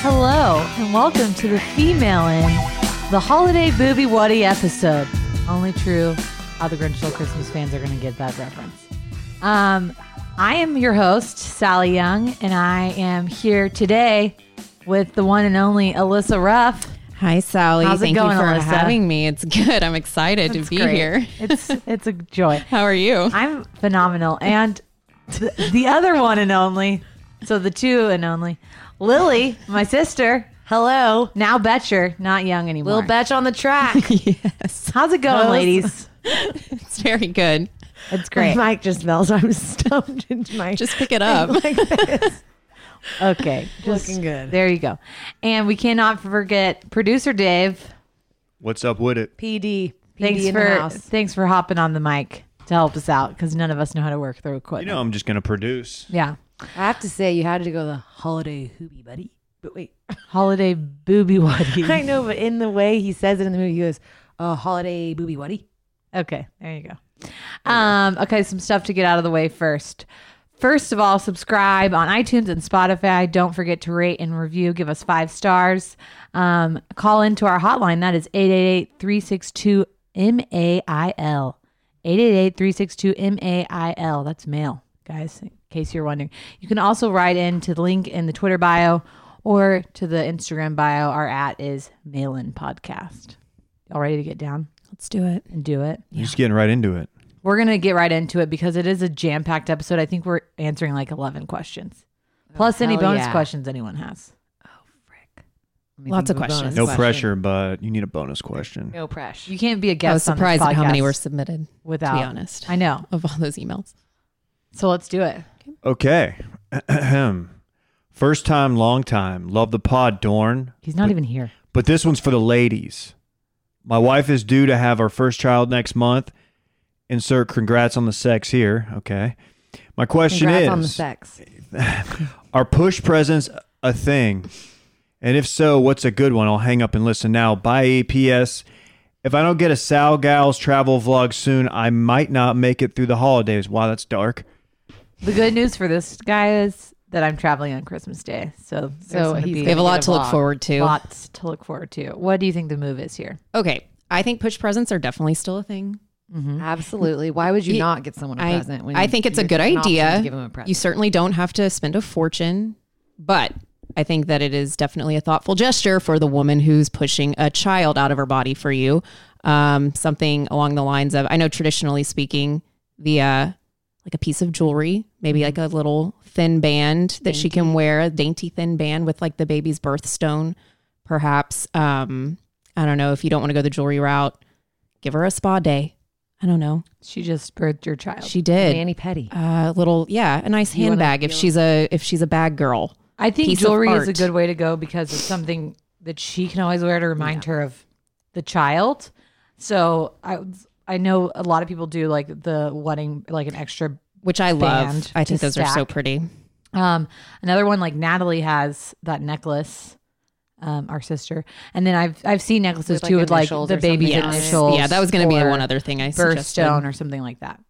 Hello, and welcome to the Female In, the holiday booby Waddy episode. Only true, how the Grinch Stole Christmas fans are going to get that reference. Um, I am your host, Sally Young, and I am here today with the one and only Alyssa Ruff. Hi, Sally. How's it Thank going, you for Alyssa? having me. It's good. I'm excited It's to be great. here. it's it's a joy. How are you? I'm phenomenal, and th- the other one and only, so the two and only, Lily, my sister. Hello. Now Betcher, not young anymore. Lil Betch on the track. yes. How's it going, How's- ladies? It's very good. It's great. Mike just fell, so I'm stumped into my Just pick it up. like this. Okay, just- Looking good. There you go. And we cannot forget producer Dave. What's up with it? PD. PD Thanks in for the house. thanks for hopping on the mic to help us out because none of us know how to work through You equipment. know, I'm just gonna produce. Yeah, I have to say, you had to go the holiday hoobie, buddy. But wait, holiday booby I waddy. know, but in the way he says it in the movie, he goes, uh, holiday booby buddy. okay, there you go. Um, okay, some stuff to get out of the way first. First of all, subscribe on iTunes and Spotify. Don't forget to rate and review. Give us five stars. Um, call into our hotline. That is 888 362 MAIL. 888-362-MAIL. That's mail, guys, in case you're wondering. You can also write in to the link in the Twitter bio or to the Instagram bio. Our at is Mail In Podcast. All ready to get down Let's do it. and do it? You're just getting right into it. We're going to get right into it because it is a jam-packed episode. I think we're answering like 11 questions. Plus any hell bonus yeah. questions anyone has. Let me Lots think of a bonus questions. No Question. pressure, but you need a bonus question. No pressure. You can't be a guest I was on this surprised at how many podcast were submitted, without. to be honest, I know. of all those emails. So let's do it. Okay. Ahem. First time, long time. Love the pod, Dorn. He's not even here. But this one's for the ladies. My wife is due to have our first child next month. Insert congrats on the sex here. Okay. My question Congrats is on the sex. Are push presents a thing? And if so, what's a good one? I'll hang up and listen now. Bye. P.S. If I don't get a Sal Gals travel vlog soon, I might not make it through the holidays. Wow, that's dark. The good news for this guy is that I'm traveling on Christmas Day, so So he's we gonna We have a lot to look forward to. Lots to look forward to. What do you think the move is here? Okay. I think push presents are definitely still a thing. Mm-hmm. Absolutely. Why would you Yeah, not get someone a I, present? When I think it's a you're good an option idea. To give them a present. You certainly don't have to spend a fortune, but I think that it is definitely a thoughtful gesture for the woman who's pushing a child out of her body for you. Um, something along the lines of, I know traditionally speaking, the uh, like a piece of jewelry, Mm-hmm. maybe like a little thin band that she can wear, a dainty thin band with like the baby's birthstone, perhaps. Um, I don't know if you don't want to go the jewelry route, give her a spa day. I don't know. She just birthed your child. Oh, She did Manny Petty. a uh, little yeah a nice handbag if she's a if she's a bag girl I think piece of jewelry is a art. good way to go because it's something that she can always wear to remind her of the child. So I I know a lot of people do like the wedding like an extra which i love Band i think to those are so stack. pretty Um, another one like Natalie has that necklace, um, our sister, and then I've I've seen necklaces With, like, too with like initials the or something baby's on it. initials. yeah that was going to be the or one other thing i suggested birthstone or something like that.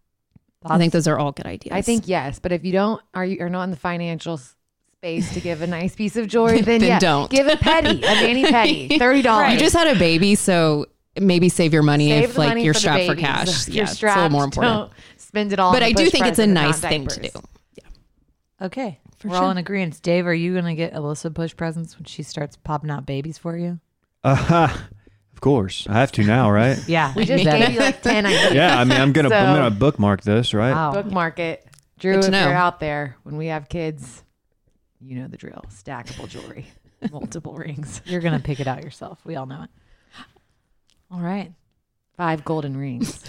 i think those are all good ideas I think yes, but if you don't are you are not in the financial s- space to give a nice piece of jewelry, then, Then yeah, don't. give a petty, a Manny petty, thirty dollars. you just had a baby so maybe save your money Save if the like money you're the strapped for babies. cash If yeah you're it's a little strapped, more important Don't spend it all. but i on the do push think it's a present and nice not thing to do diapers. Okay, we're all in agreement. Dave, are you gonna get Alyssa push presents when she starts popping out babies for you? Aha. Uh-huh. Of course. I have to now, right? Yeah, We just better. gave you like ten ideas. yeah, I mean, I'm going to I'm So- going to bookmark this, right? Wow. Bookmark it, Drew. Good If to you're know. out there, when we have kids, you know the drill: stackable jewelry, multiple rings, You're gonna pick it out yourself. We all know it. All right. five golden rings,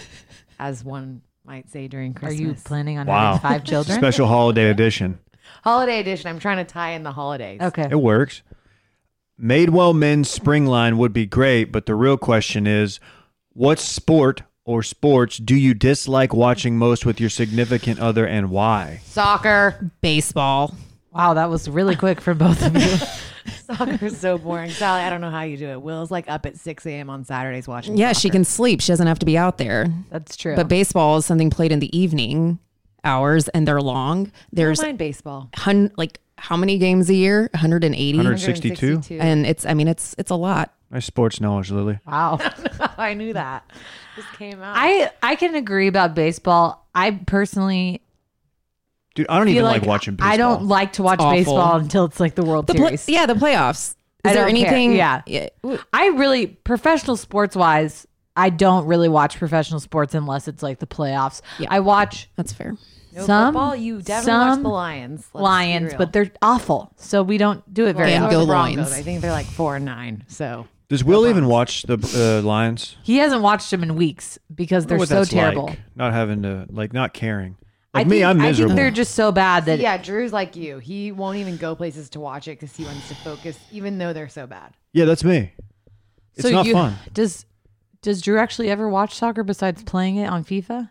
as one might say during Are Christmas. you planning on Wow. having five children? Special holiday edition. holiday edition? I'm trying to tie in the holidays. Okay. It works. Madewell men's spring line would be great, but the real question is what sport or sports do you dislike watching most with your significant other and why? Soccer. baseball Wow, that was really quick for both of you. Soccer is so boring. Sally, I don't know how you do it. Will's like up at 6 a.m. on Saturdays watching. yeah she can sleep she doesn't have to be out there That's true. but baseball is something played in the evening hours and they're long I there's don't mind baseball. hun- like how many games a year? 180. 162. And it's I mean it's it's a lot. Nice sports knowledge, Lily. Wow. I knew that. Just came out. I I can agree about baseball. I personally Dude, I don't feel even like, like, watching baseball. I don't like to watch It's awful. baseball until it's like the World The pla- Series. yeah, the playoffs. Is I there don't care. anything Yeah. I really professional sports wise, I don't really watch professional sports unless it's like the playoffs. Yeah. I watch That's fair. no some- football. You definitely watch some the Lions. Let's be Lions, real. but they're awful, so we don't do it very Yeah. often. Or Go the Lions. Broncos. I think they're like four and nine. So Does Will even watch the uh, Lions? He hasn't watched them in weeks because they're What so that's terrible. Like, not having to like not caring. I Like me, think- I'm I think miserable. they're just so bad that yeah, Drew's like you. He won't even go places to watch it because he wants to focus, even though they're so bad. yeah, that's me. It's so not you- fun. Does does Drew actually ever watch soccer besides playing it on FIFA?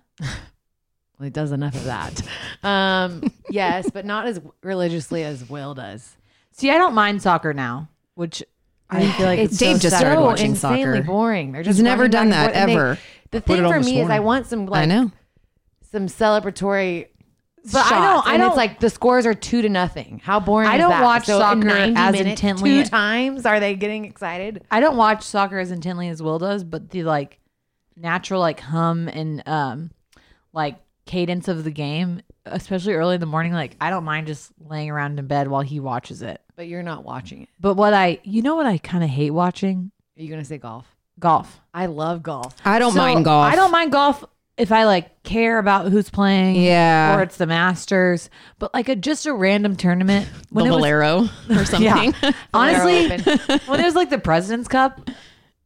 Well, he does enough of that. Um, yes, but not as religiously as Will does. See, I don't mind soccer now, which I feel like It's Dave so just sad. started Oh, so watching insanely soccer. boring. They're just He's never running done back and that forth, and they- ever. the it thing on for this me is, morning. I want some I like know. some celebratory. But I shots, don't- I and don't- it's like the scores are two to nothing. How boring! I is don't that? watch So in soccer 90 as minutes, intently- Two times are they getting excited? I don't watch soccer as intently as Will does, but the like natural like hum and um like cadence of the game, especially early in the morning, like I don't mind just laying around in bed while he watches it. But you're not watching it. But what I you know what I kind of hate watching? Are you gonna say golf? Golf. I love golf. I don't So, mind golf. I don't mind golf if I like care about who's playing. Yeah. Or it's the Masters, but like a just a random tournament the it was- Valero or something. Yeah. Honestly, They're open. when it was like the President's Cup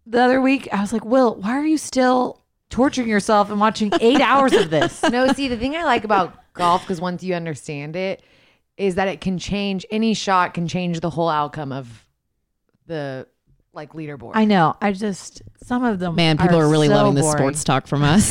the other week, I was like, Will, why are you still torturing yourself and watching eight hours of this? no, see, the thing I like about golf, because once you understand it, is that it can change any shot can change the whole outcome of the like leaderboard. I know. I just some of them. Man, people are, really so loving this boring. sports talk from us.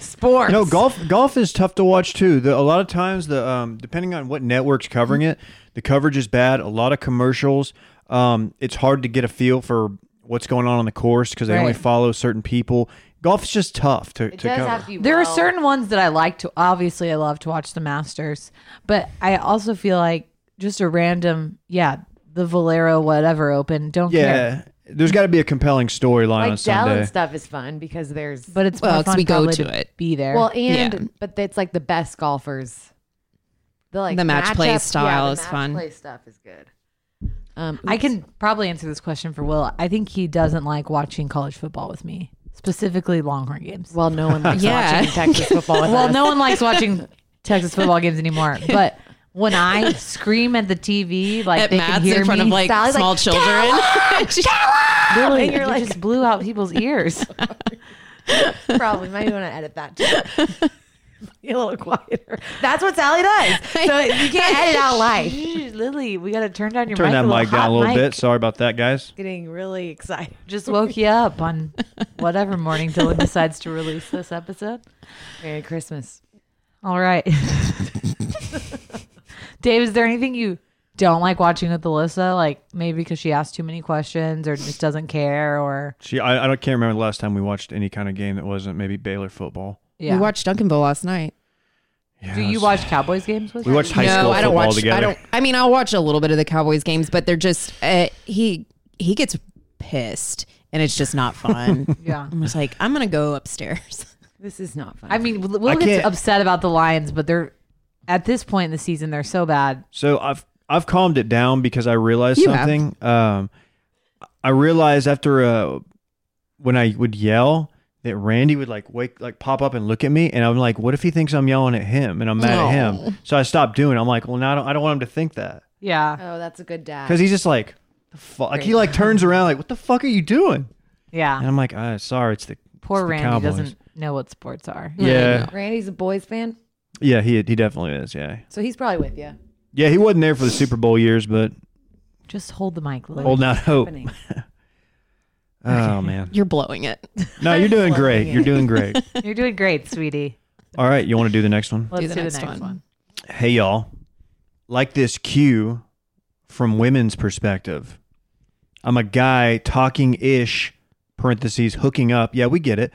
sports. No, golf golf is tough to watch too. The, a lot of times, the um, depending on what network's covering Mm-hmm. it, the coverage is bad. A lot of commercials. Um, it's hard to get a feel for what's going on on the course because they only Right. follow certain people. Golf's just tough to, It to does cover. have to be. There are well- certain ones that I like to. Obviously, I love to watch the Masters, but I also feel like just a random, yeah, the Valero whatever Open. Don't care. yeah, there's got to be a compelling storyline on like Dell Sunday. and stuff is fun because there's But it's Well, more 'cause fun we go probably to it. Be there. well and Yeah. but it's like the best golfers. The like The match play matchup- yeah, style the is match fun. Play stuff is good. Um, I can probably answer this question for Will. I think he doesn't like watching college football with me, specifically Longhorn games. well, no one likes Yeah. watching Texas football. With Well, us. no one likes watching Texas football games anymore, but when I scream at the TV, like At they can Matt's hear in front me, of like Sally's small like, children. She- Literally, it just blew out people's ears. probably might want to edit that too. Be a little quieter. That's what Sally does. So you can't edit out live. Jeez, Lily, we got to turn down your Turn mic that a little mic down hot a little mic. bit. Sorry about that, guys. Getting really excited. Just woke you up on whatever morning Dylan decides to release this episode. Merry Christmas. All right. Dave, is there anything you don't like watching with Alyssa? Like maybe because she asks too many questions or just doesn't care or She, I, I don't can't remember the last time we watched any kind of game that wasn't maybe Baylor football. yeah. We watched Duncanville last night. Yeah, Do it you was- watch Cowboys games with We her? watched high no, school I don't football watch. together. I don't. I mean, I'll watch a little bit of the Cowboys games, but they're just uh, he he gets pissed, and it's just not fun. Yeah. I'm just like, I'm gonna go upstairs. This is not fun. I mean, Will Will gets can't- upset about the Lions, but they're at this point in the season they're so bad. So I've I've calmed it down because I realized You have. something. Um, I realized after uh, when I would yell that Randy would like wake like pop up and look at me, and I'm like, what if he thinks I'm yelling at him and I'm mad at him? So I stopped doing. it. I'm like, well, now I don't, I don't want him to think that Yeah. oh, that's a good dad. because he's just like, the fu-, like he like turns around like, what the fuck are you doing? And Yeah. I'm like, ah, sorry, it's the it's Poor the Randy Cowboys." doesn't know what sports are. Yeah, Randy's a boys fan, yeah, he he definitely is. Yeah, so he's probably with you. yeah, he wasn't there for the Super Bowl years, but Just hold the mic, Lily. holding out hope. Happening. Oh man. You're blowing it. No, you're doing great. You're doing great. You're doing great, sweetie. All right, you want to do the next one? Let's do the, next, one. Hey, y'all. Like this cue from women's perspective. I'm a guy talking ish, parentheses, hooking up. Yeah, we get it.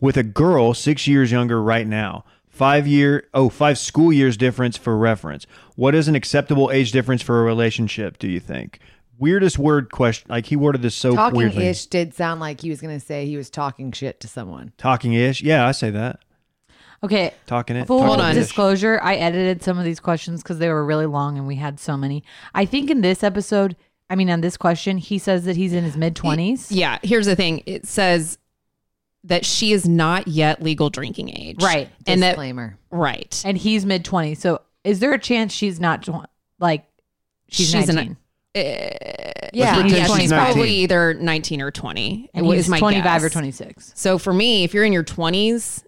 With a girl six years younger right now. Five year, oh, five school years difference for reference. What is an acceptable age difference for a relationship, do you think? Weirdest word question. Like he worded this so Talking weirdly. ish did sound like he was going to say he was talking shit to someone. Talking ish. Yeah, I say that. Okay. Talking it. Full talking on. ish. disclosure, I edited some of these questions because they were really long and we had so many. I think in this episode, I mean, on this question, he says that he's in his mid 20s. Yeah, here's the thing. It says that she is not yet legal drinking age. Right. And that Disclaimer. right. And he's mid 20s. So is there a chance she's not tw- like, she's, She's an- 19? uh, yeah. pretend Yeah, she's she's 19. probably either 19 or 20. Uh, and is he's my 25 or guess. 26. So for me, if you're in your 20s,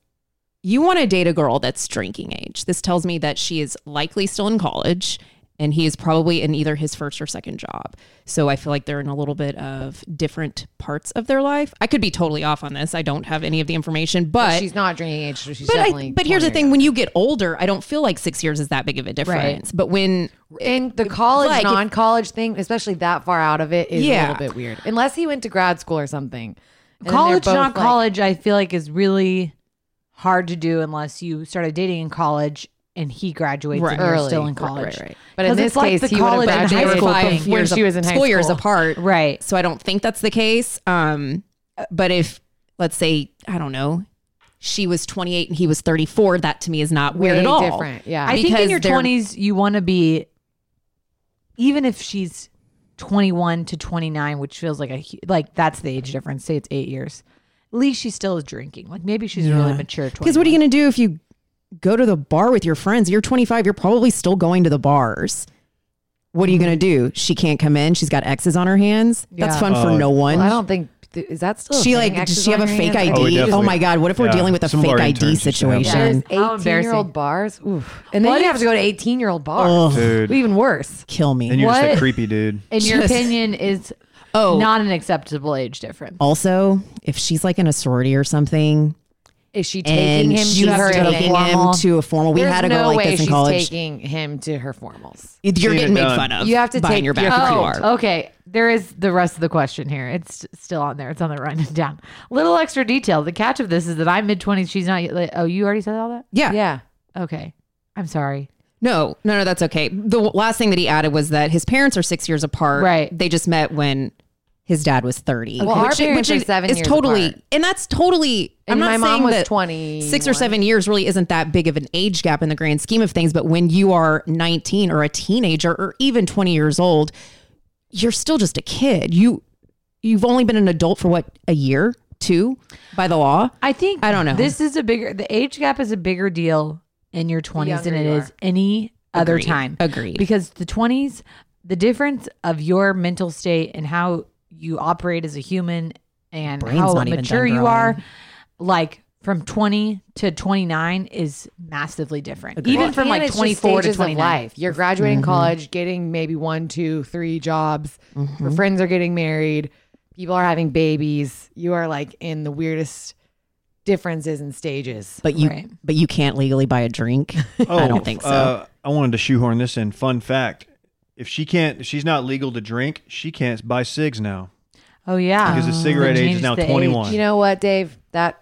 you want to date a girl that's drinking age. This tells me that she is likely still in college and he is probably in either his first or second job. So I feel like they're in a little bit of different parts of their life. I could be totally off on this. I don't have any of the information, but she's not drinking age, so she's but, definitely. I, but here's the 20 thing when you get older, I don't feel like 6 years is that big of a difference. But when And the college, Like, if- non college thing, especially that far out of it, is Yeah. a little bit weird. Unless he went to grad school or something. And then they're college, both, not like- college, I feel like is really hard to do unless you started dating in college and he graduates Right. and you're Early. still in Right, college. right, right. But in 'Cause this it's like case, the he would've college and graduated high they were school five thing. years, when she was in high school years school. apart. Right. So I don't think that's the case. Um, but if let's say I don't know, she was 28 and he was 34, that to me is not weird Way at all. different, yeah. I think in Because your they're- 20s, you want to be, even if she's 21 to 29, which feels like a, hu- like that's the age difference, say it's eight years, at least she still is drinking. Like maybe she's really mature. Because what are you going to do if you go to the bar with your friends? You're 25, you're probably still going to the bars. What Mm-hmm. are you going to do? She can't come in. She's got X's on her hands. That's Yeah. fun for Oh. no one. Well, I don't think. th- Is that still. a she thing? like does X's she have on a her fake hands? Oh, ID? definitely. Oh, my god, what if we're Yeah. dealing with a Some of fake our ID interns used to have that. situation? There's How 18 year embarrassing. old bars. Oof. And then you have to go to 18 year old bars. Dude. Even worse. Kill me. And you're just What? a creepy dude. In your Just- opinion, is Oh. not an acceptable age difference. Also, if she's like in a sorority or something, Is she taking and him she's to her taking formal? him formal? to a formal. We There's had a no girl like way this in she's college. taking him to her formals. You're Seen getting it made done. fun of. You have to behind take your back your- if you Oh, are. Okay, there is the rest of the question here. It's still on there. It's on the running down. Little extra detail. The catch of this is that I'm mid twenties. She's not. yet- Oh, you already said all that. Yeah. Yeah. Okay, I'm sorry. No, no, no, that's okay. The w- last thing that he added was that his parents are six years apart. Right. They just met when his dad was 30. Well, our i- parents are is- seven is years totally, apart. and that's totally, And I'm my not mom saying was that 21. six or seven years really isn't that big of an age gap in the grand scheme of things. But when you are 19 or a teenager or even 20 years old, you're still just a kid. You, you've only been an adult for what, a year, two by the law. I think I don't know. This is a bigger. The age gap is a bigger deal in your twenties than it younger you is any other Agreed. time. Agreed. Because the twenties, the difference of your mental state and how you operate as a human and Brain's how not even mature done you growing. are, like from twenty to twenty nine, is massively different. Even Well, from and like it's just twenty four to stages of twenty nine. You're graduating college, getting maybe one, two, three jobs. Your friends are getting married. People are having babies. You are like in the weirdest differences and stages. But you, Right. but you can't legally buy a drink. I don't think so. Uh, I wanted to shoehorn this in. Fun fact: if she can't, if she's not legal to drink, she can't buy cigs now Oh yeah, because the cigarette They age changed is now the age. 21. You know what, Dave? That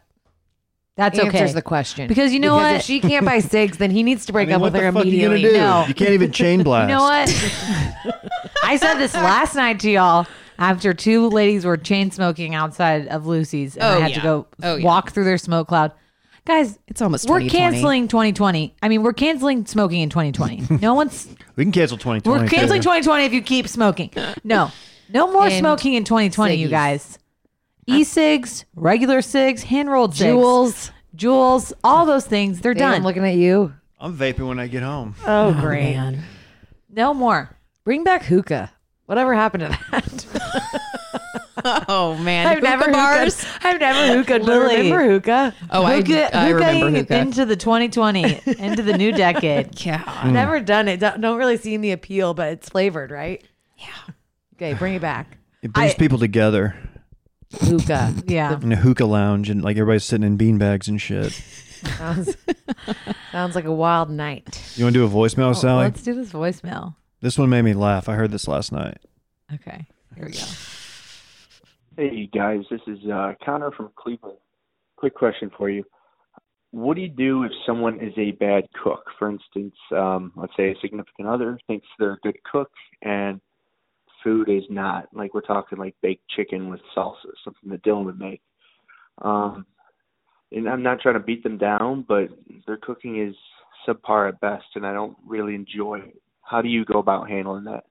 That's answers okay. the question. Because you know what? If she can't buy cigs, then he needs to I break mean, up what with her the fuck are you immediately. gonna do? No. You can't even chain blast. You know what? I said this last night to y'all after two ladies were chain smoking outside of Lucy's and I Oh, had to yeah. go Oh, yeah. walk through their smoke cloud. Guys, It's almost we're 2020. canceling 2020. I mean, we're canceling smoking in 2020. No one's We can cancel 2020. we're canceling too. 2020 if you keep smoking. No. No more And smoking in 2020, you ciggies. guys. E-cigs, regular cigs, hand-rolled cigs, Jewels. jewels, all those things, they're Dave, I'm done. looking at you. I'm vaping when I get home. oh, great. Man. No more. Bring back hookah. Whatever happened to that? Oh man, I've never Hookah bars. hookah. I've never hookah. Lily. Remember hookah? Oh, I, hookah, I remember hookahing hookah. into the 2020, into the new decade. Yeah. I've never done it. Don't, don't really seen the appeal, but it's flavored, right? Yeah. Okay, bring it back. It brings people together Hookah. Yeah. in a hookah lounge and like everybody's sitting in beanbags and shit. sounds, sounds like a wild night. You want to do a voicemail, Sally? Let's do this voicemail. This one made me laugh. I heard this last night. Okay. Here we go. Hey guys, this is uh, Connor from Cleveland. Quick question for you. what do you do if someone is a bad cook? For instance, um, let's say a significant other thinks they're a good cook and food is not. Like we're talking like baked chicken with salsa, something that Dylan would make. Um, and I'm not trying to beat them down, but their cooking is subpar at best, and I don't really enjoy it. How do you go about handling that?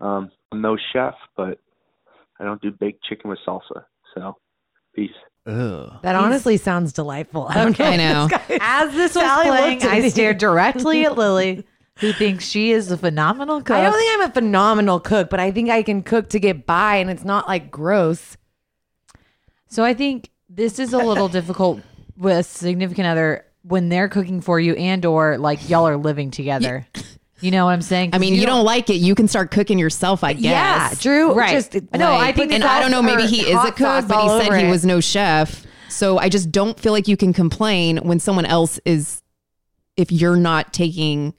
Um, I'm no chef, but I don't do baked chicken with salsa. So, peace. Ugh. That honestly sounds delightful. I don't Okay, I know. know. As Oh, this was Sally playing, looked at I me. stared directly at Lily, who thinks she is a phenomenal cook. I don't think I'm a phenomenal cook, but I think I can cook to get by, and it's not like gross. so I think this is a little difficult with significant other when they're cooking for you and or like y'all are living together. You know what I'm saying? I mean, you, don't, like it. You can start cooking yourself, I guess. Yeah, Drew. Right. Just, No, I think and I don't know. Maybe he is a cook, but he said he was no chef. So I just don't feel like you can complain when someone else is, if you're not taking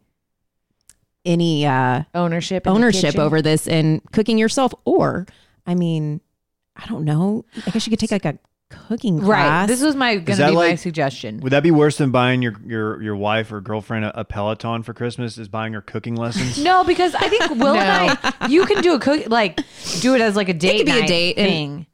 any uh, ownership. in the ownership kitchen. over this and cooking yourself. Or, I mean, I don't know. I guess you could take like a cooking Right. class. This was my going to that be my like- suggestion. Would that be worse than buying your your your wife or girlfriend a, a Peloton for Christmas? Is buying her cooking lessons? No, because I think Will and I, you can do a cook like do it as like a date. could be a night date and- thing.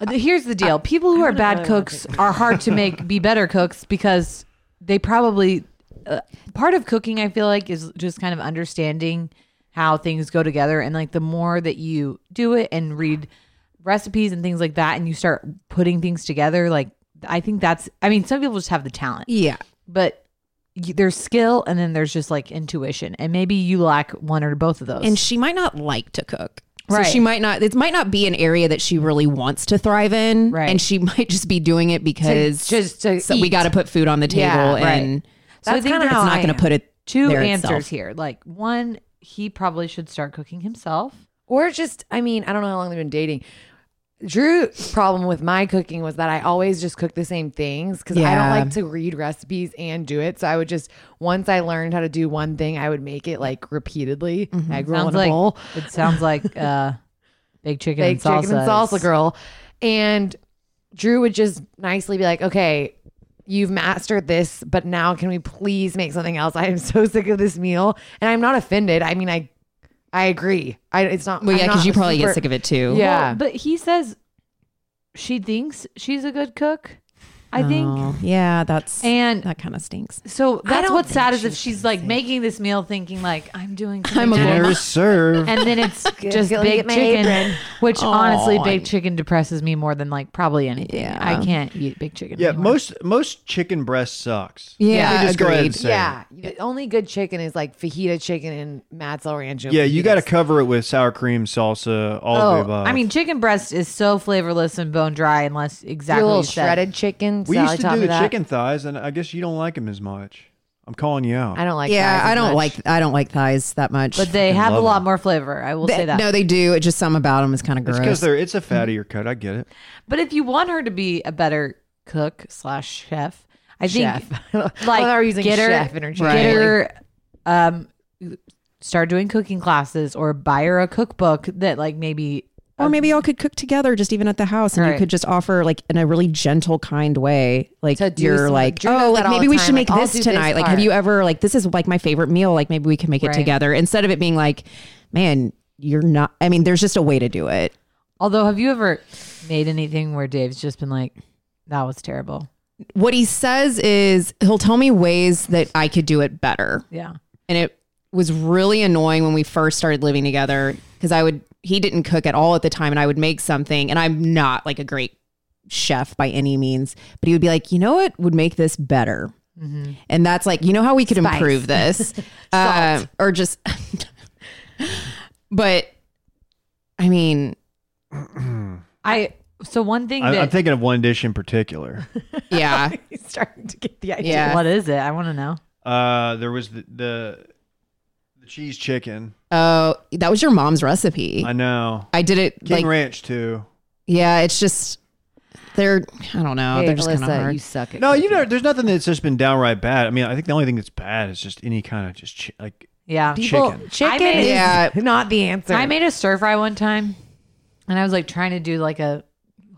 Uh, the- Here's the deal: people who are bad cooks are hard to make be better cooks because they probably uh, part of cooking. I feel like is just kind of understanding how things go together, and like the more that you do it and read recipes and things like that, and you start putting things together, like I think that's. I mean, some people just have the talent yeah. but y- there's skill and then there's just like intuition and maybe you lack one or both of those and she might not like to cook. So Right. she might not. It might not be an area that she really wants to thrive in, Right. and she might just be doing it because just to so we eat. got to put food on the table, Yeah, right. and So I that's think kind of how it's not I going to am. put it two there answers itself. here like one he probably should start cooking himself Or just, I mean, I don't know how long they've been dating. Drew's problem with my cooking was that I always just cook the same things because I Yeah. don't like to read recipes and do it. So I would just, once I learned how to do one thing, I would make it like repeatedly. Egg roll sounds in a like bowl, it sounds like uh big chicken baked and salsa chicken and salsa girl. And Drew would just nicely be like, okay, you've mastered this, but now can we please make something else? I am so sick of this meal. And I'm not offended. I mean, I, I agree. I, it's not, Well, yeah, because you probably get get sick of it too. Yeah. but he says she thinks she's a good cook i Oh, think yeah, that's and that kind of stinks. so I that's don't what's think sad is she if she's thinks like it. making this meal thinking like i'm doing I'm a something gourmet. different. Dinner served. and then it's just Let me get baked my chicken, apron. Oh. which honestly, Aw. baked chicken depresses me more than like probably anything. Yeah. I can't eat baked chicken. yeah, anymore. most most chicken breast sucks. Yeah, Let me just go ahead and agreed. say it. Yeah, the only good chicken is like fajita chicken and Matt's El Rancho. Yeah, you got to fajitas. cover it with sour cream, salsa, all of the Oh, above. I mean, chicken breast is so flavorless and bone dry unless exactly Do a little what you said. shredded chicken. we Sally used to taught do me the that. chicken thighs, and I guess you don't like them as much. I'm calling you out. I don't like. yeah, thighs I as don't much. like I don't like thighs that much. but they Fucking have a love lot them. more flavor. I will They- say that. no, they do. It's just some about them is kind of It's gross. because they're it's a fattier cut. I get it. But if you want her to be a better cook slash chef, I think Chef. like Well, they're using get her, chef interchangeably. get her, um, start doing cooking classes or buy her a cookbook that like maybe Or maybe y'all could cook together, just even at the house, and Right. you could just offer like in a really gentle, kind way, like To do you're some- like, Drew oh, does like that all maybe the we time, should make like, I'll this do this tonight. like, part. have you ever like this is like my favorite meal? Like maybe we can make it Right. together instead of it being like, man, you're not. I mean, there's just a way to do it. Although, have you ever made anything where Dave's just been like, "That was terrible"? What he says is he'll tell me ways that I could do it better. Yeah. and it was really annoying when we first started living together because I would he didn't cook at all at the time and I would make something and I'm not like a great chef by any means but he would be like you know what would make this better and that's like you know how we could improve this uh, or just but I mean I so one thing I, that I'm thinking of one dish in particular. yeah He's starting to get the idea. yeah what is it? I want to know. uh, there was the, the the cheese chicken. oh that was your mom's recipe I know I did it King like Ranch too. yeah it's just they're I don't know Hey, Oh, they're just kind of Alyssa, hard you suck at. No, you cooking. know, there's nothing that's just been downright bad. I mean, I think the only thing that's bad is just any kind of just ch- like Yeah. people. chicken. Chicken, I made is a- Yeah. not the answer. I made a stir fry one time, and I was like trying to do like a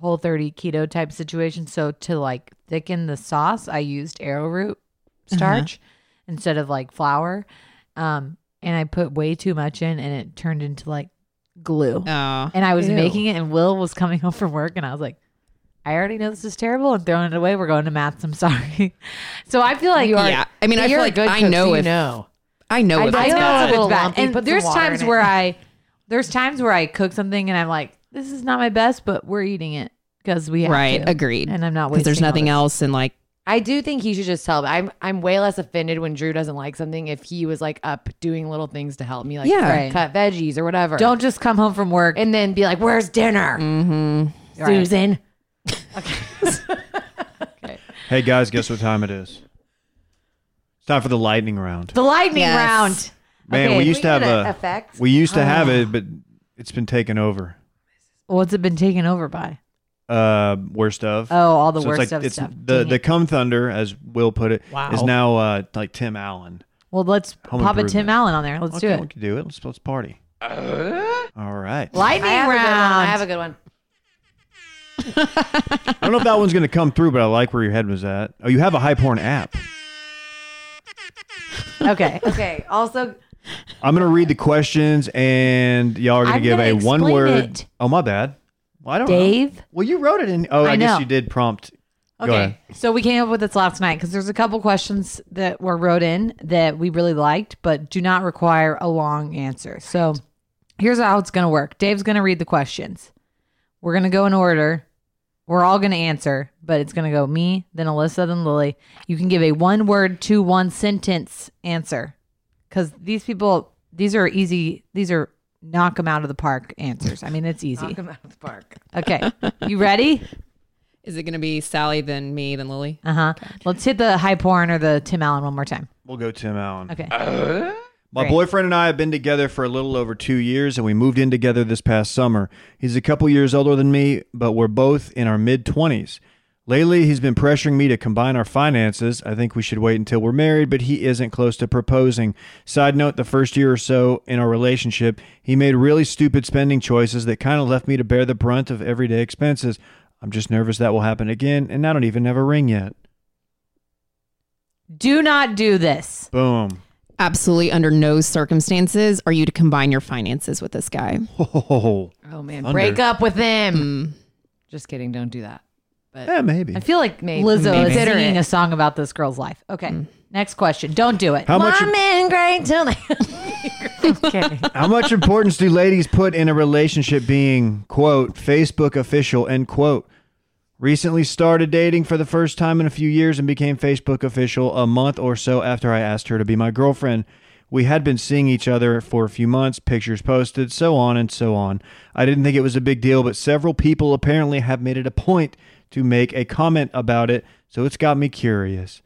whole thirty keto type situation. So to like thicken the sauce, I used arrowroot starch instead of like flour. Um, and I put way too much in and it turned into like glue. Oh. And I was Ew. making it, and Will was coming home from work, and I was like, I already know this is terrible and throwing it away. We're going to maths. I'm sorry. So I feel like you are. yeah. I mean, I feel You're a like good I cook, so know you if know. I know if I it's know it's bad. a little It's bad. lumpy, And but put some there's water times in it. where I, there's times where I cook something and I'm like, this is not my best, but we're eating it because we have right. to. Agreed. And I'm not Because wasting. there's all nothing this. else, and like I do think he should just tell. But I'm I'm way less offended when Drew doesn't like something if he was like up doing little things to help me, like Yeah. Right. cut veggies or whatever. Don't just come home from work, and then be like, "Where's dinner, Mm-hmm. Susan?" Hey guys, guess what time it is? It's time for the lightning round. the lightning Yes. round. Man, Okay, we used we to have gotta a effect. Oh. we used to have it, but it's been taken over. What's it been taken over by? Uh, worst of. Oh, all the So worst it's like of it's stuff. the Dang the it. come thunder, as Will put it, is Wow. now uh, like Tim Allen. well, let's Home pop a Tim Improvement. Allen on there. Let's okay, do we it. can do it. Let's let's party. All right. Lightning I have, a good one. I round. have a good one. I don't know if that one's gonna come through, but I like where your head was at. Oh, you have a high porn app. okay. Okay. Also, I'm gonna read the questions, and y'all are gonna I'm give gonna a one explain word. it. Oh, my bad. Well, I don't know. Dave. Well, you wrote it in. Oh, I, I know. guess you did prompt. Go ahead. Okay. So we came up with this last night because there's a couple questions that were wrote in that we really liked, but do not require a long answer. So here's how it's going to work Dave's going to read the questions. We're going to go in order. We're all going to answer, but it's going to go me, then Alyssa, then Lily. You can give a one word to one sentence answer because these people, these are easy. These are knock them out of the park answers. I mean, it's easy. out of the park. Okay. You ready? is it going to be Sally then me then Lily? Uh huh. Let's hit the high porn or the Tim Allen one more time. We'll go Tim Allen. Okay. My Great. boyfriend and I have been together for a little over two years, and we moved in together this past summer. He's a couple years older than me, but we're both in our mid 20s. Lately, he's been pressuring me to combine our finances. I think we should wait until we're married, but he isn't close to proposing. Side note the first year or so in our relationship, he made really stupid spending choices that kind of left me to bear the brunt of everyday expenses. I'm just nervous that will happen again, and I don't even have a ring yet. Do not do this. Boom. Absolutely, under no circumstances are you to combine your finances with this guy. Oh, Oh man, Thunder. break up with them. Mm. Just kidding. Don't do that. yeah, maybe. I feel like Maybe. Lizzo Maybe. Mm. is Consider singing it. a song about this girl's life. Okay. Next question. Don't do it. How much? I'm in great till okay. How much importance do ladies put in a relationship being, quote, Facebook official, end quote? Recently started dating for the first time in a few years and became Facebook official a month or so after I asked her to be my girlfriend. We had been seeing each other for a few months, pictures posted, so on and so on. I didn't think it was a big deal, but several people apparently have made it a point to make a comment about it, so it's got me curious.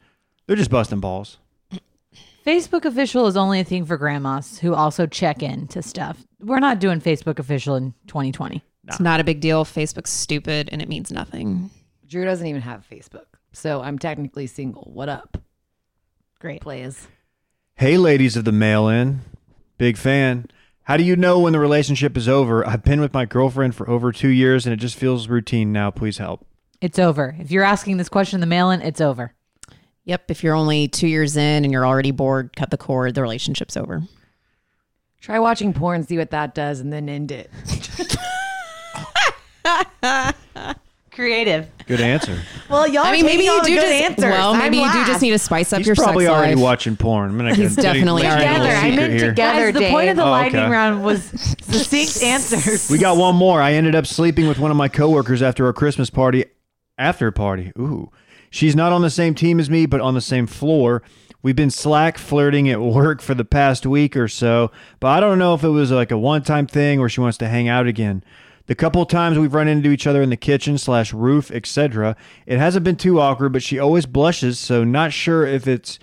They're just busting balls. Facebook official is only a thing for grandmas who also check in to stuff. We're not doing Facebook official in 2020. It's not a big deal. Facebook's stupid and it means nothing. Drew doesn't even have Facebook, so I'm technically single. What up, Great. players? Hey, ladies of the mail in. Big fan. How do you know when the relationship is over? I've been with my girlfriend for over two years and it just feels routine now. Please help. It's over. If you're asking this question in the mail in, it's over. Yep. If you're only two years in and you're already bored, cut the cord. The relationship's over. Try watching porn, see what that does, and then end it. Creative. Good answer. Well, y'all. I mean, maybe you do just well, maybe you do just need to spice up He's your probably sex already life. watching porn. I'm gonna He's get- definitely get a already little Together, I secret meant here. together. Guys, the Dave. point of the Oh, okay. lightning round was succinct answers. We got one more. I ended up sleeping with one of my coworkers after a Christmas party. After party. Ooh. She's not on the same team as me, but on the same floor. We've been slack flirting at work for the past week or so, but I don't know if it was like a one time thing or she wants to hang out again. The couple times we've run into each other in the kitchen slash roof, etc., it hasn't been too awkward, but she always blushes, so not sure if it's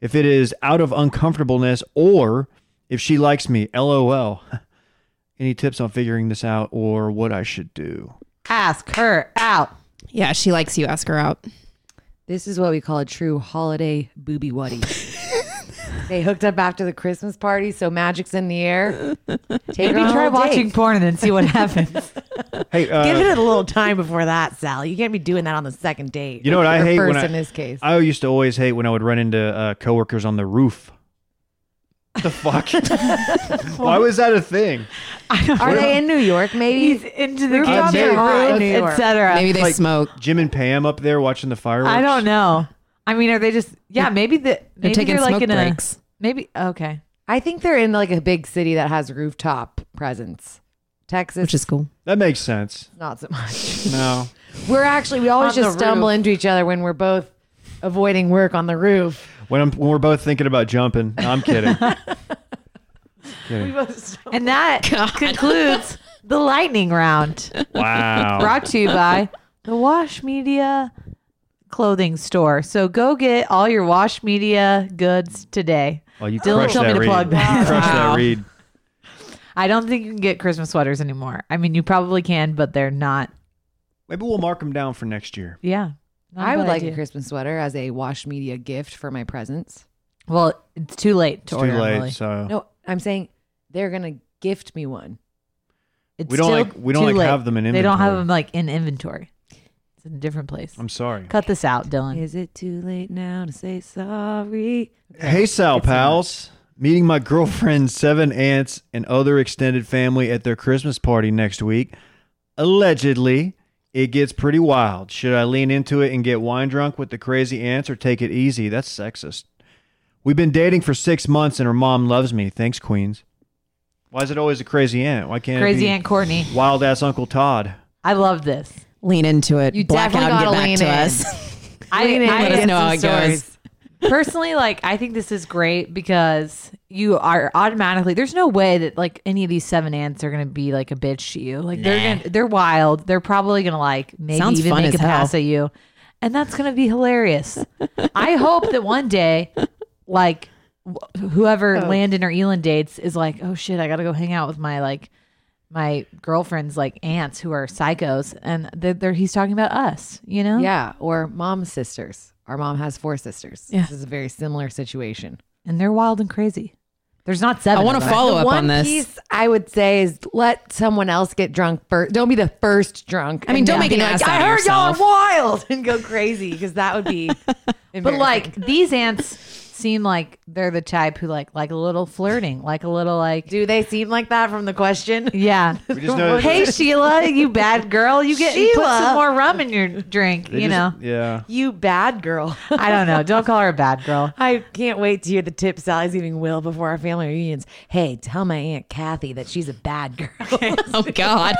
if it is out of uncomfortableness or if she likes me. LOL. Any tips on figuring this out or what I should do? Ask her out. Yeah, she likes you. Ask her out. This is what we call a true holiday booby wuddy. They hooked up after the Christmas party, so magic's in the air. Take her Maybe on a try little watching date. porn and then see what happens. Hey, uh, Give it a little time before that, Sally. You can't be doing that on the second date. you know what I Or hate? First when I, in this case. I used to always hate when I would run into uh, coworkers on the roof. What the fuck? Why was that a thing? Are they in New York? He's Maybe into the Rooftops are kitchen, hot in New York. etc. Maybe they Like- smoke. Jim and Pam up there watching the fireworks. I don't know. I mean, are they just? Yeah, maybe the They're maybe taking they're like smoke in breaks. a maybe. Okay, I think they're in like a big city that has rooftop presence. Texas, which is cool. That makes sense. not so much. No. We're actually we always On the just stumble into each other when we're both avoiding work on the roof. When, I'm, when we're both thinking about jumping, no, I'm kidding. and that concludes the lightning round. Oh. wow. Brought to you by the Wash Media clothing store. So go get all your Wash Media goods today. Well, you Dylan crushed told me that to read. plug that. You crushed Wow. that read. I don't think you can get Christmas sweaters anymore. I mean, you probably can, but they're not. Maybe we'll mark them down for next year. Yeah, Not a I would bad like idea. a Christmas sweater as a wash media gift for my presents. Well, it's too late to It's order. too late, Emily. Oh. so No, I'm saying they're gonna gift me one. It's We don't still like- we don't too like late. have them in They don't have inventory. them like in inventory. It's in a different place. I'm sorry. Cut this out, Dylan. Is it too late now to say sorry? Hey, Sal pals. Meeting my girlfriend's seven aunts and other extended family at their Christmas party next week. Allegedly, it gets pretty wild. Should I lean into it and get wine drunk with the crazy aunts or take it easy? That's sexist. We've been dating for six months and her mom loves me. Thanks, Queens. Why is it always a crazy aunt? Why can't Crazy it Aunt Courtney. be wild ass Uncle Todd? I love this. Lean into it. You Black definitely out gotta and lean get back in. to us. I, Lean in. I Let us get know some how it goes. stories. Personally, like I think this is great because you are automatically there's no way that like any of these seven ants are gonna be like a bitch to you. Like they're gonna they're wild. They're probably gonna like maybe Sounds even fun make a as hell. pass at you. And that's gonna be hilarious. I hope that one day, like wh- whoever Landon or Elon dates is like, oh shit, I gotta go hang out with my like my girlfriend's like aunts who are psychos and they're, they're he's talking about us, you know? Yeah, or mom's sisters. Our mom has four sisters. This is a very similar situation. and they're wild and crazy. There's not seven. I want to follow up One on this. piece I would say is let someone else get drunk first. Don't be the first drunk. I mean, and don't then make an be like, ass I out of heard y'all are yourself." wild and go crazy because that would be. But like these ants seem like they're the type who like like a little flirting, like a little like do they seem like that from the question? yeah. We just know Hey Sheila, you bad girl, you get you put Sheila. some more rum in your drink, they you know. just- Yeah. You bad girl. I don't know. Don't call her a bad girl. I can't wait to hear the tip Sally's giving Will before our family reunions. Hey, tell my Aunt Kathy that she's a bad girl. oh God.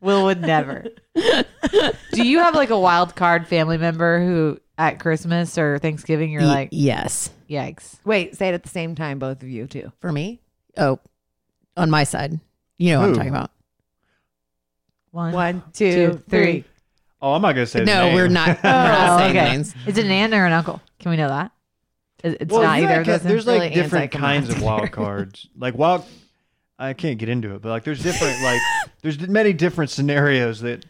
Will would never. Do you have like a wild card family member who at Christmas or Thanksgiving you're like, yes. yikes. wait, say it at the same time, both of you, too. For me? Oh, on my side. You know what I'm Who? talking about. One. One, two, three. Two, three. Oh, I'm not gonna say. the No, name. we're not. We're not saying names. Oh, Is it an aunt or an uncle? Can we know that? It- It's Well, not you either of gotta- those. There's like really different kinds anticlimactic of wild cards. Like wild, I can't get into it, but like there's different like there's many different scenarios that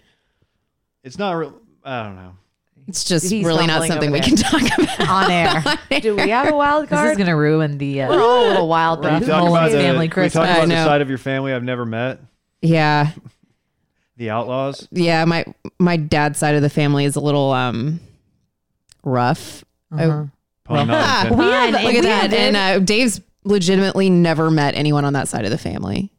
it's not. Real, I don't know. It's just He's really not fumbling something we over can talk about. on air. Do we have a wild This is card? gonna ruin the. We're Uh, all a little wild, but Can you who talk Mullins about the, family can we Christmas. talk I about know. the side of your family I've never met, Yeah, the Outlaws. yeah. My my dad's side of the family is a little um rough. uh-huh. Pun not intended. we have, Fun. look We at that. have And uh, Dave's legitimately never met anyone on that side of the family.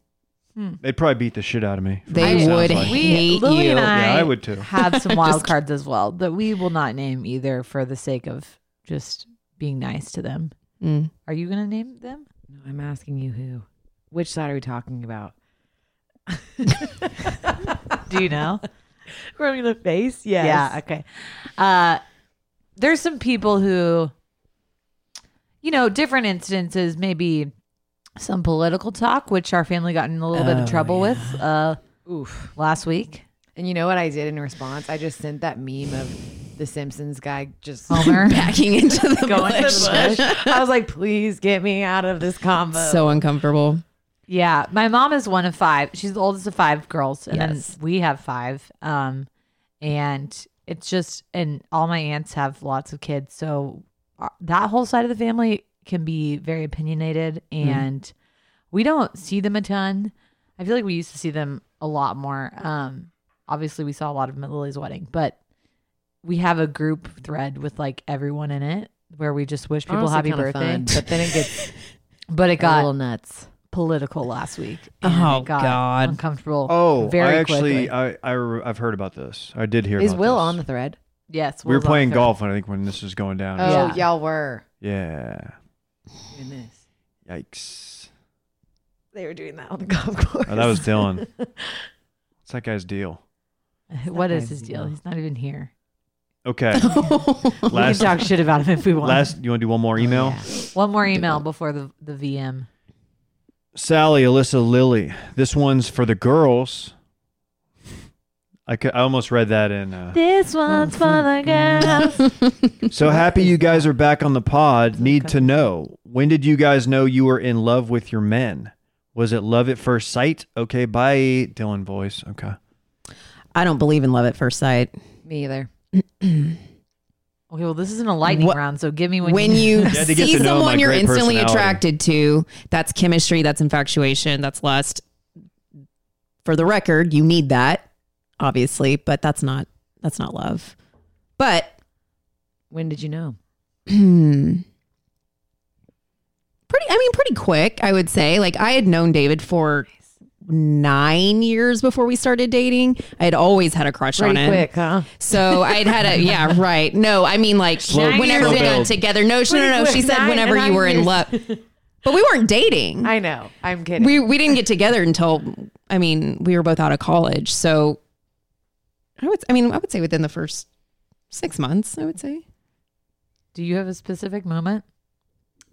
They'd probably beat the shit out of me. from They what it sounds would like. hate Lily you. and I, Yeah, I would too. have some wild cards as well that we will not name either for the sake of just being nice to them. Mm. Are you gonna name them? No, I'm asking you who. Which side are we talking about? Do you know? Rubbing the face? Yes. Yeah. Okay. Uh, there's some people who, you know, different instances, maybe some political talk, which our family got in a little bit of trouble with uh, Oof. last week. And you know what I did in response? I just sent that meme of the Simpsons guy just Homer. Backing into the Going to the bush. bush. I was like, please get me out of this combo. So uncomfortable. Yeah, my mom is one of five. She's the oldest of five girls, and Yes. then we have five. Um, and it's just, and all my aunts have lots of kids, so uh, that whole side of the family can be very opinionated Mm-hmm. and we don't see them a ton. I feel like we used to see them a lot more. Um, obviously, we saw a lot of Lily's wedding, but we have a group thread with like everyone in it where we just wish people Honestly, happy kinda birthday. fun. But then it gets, but it a got little nuts. political last week. and Oh, it got God. uncomfortable. Oh, very I actually quickly. I, I re- I've heard about this. I did hear. Is about Will this. on the thread? yes, We were Will's on playing the phone. golf, I think, when this was going down. Oh, Yeah. y'all were. yeah. Goodness. Yikes. They were doing that on the golf course. Oh, that was Dylan. What's that guy's deal? What is guy's his deal? deal. He's not even here. Okay. we last, can talk shit about him if we want. last. You want to do one more email? One more email before the the VM. Sally, Alyssa, Lily. This one's for the girls. I, could, I almost read that in. Uh, This one's for the girls. so happy you guys are back on the pod. Need to know when did you guys know you were in love with your men? Was it love at first sight? Okay, bye, Dylan voice. Okay. I don't believe in love at first sight. Me either. Okay, well, this isn't a lightning What- round, so give me when, When you had to get see to know my someone you're great instantly personality. attracted to, that's chemistry, that's infatuation, that's lust. For the record, you need that, obviously, but that's not that's not love. But When did you know? Hmm. pretty i mean pretty quick i would say like i had known david for nine years before we started dating i had always had a crush Pretty on him quick, huh? so i had had a yeah right no i mean like Slow- whenever slow we got build. together no no no, no. quick, she said nine- whenever nine you were in years. love but we weren't dating I know. I'm kidding. we we didn't get together until i mean we were both out of college so i would i mean i would say within the first six months i would say do you have a specific moment?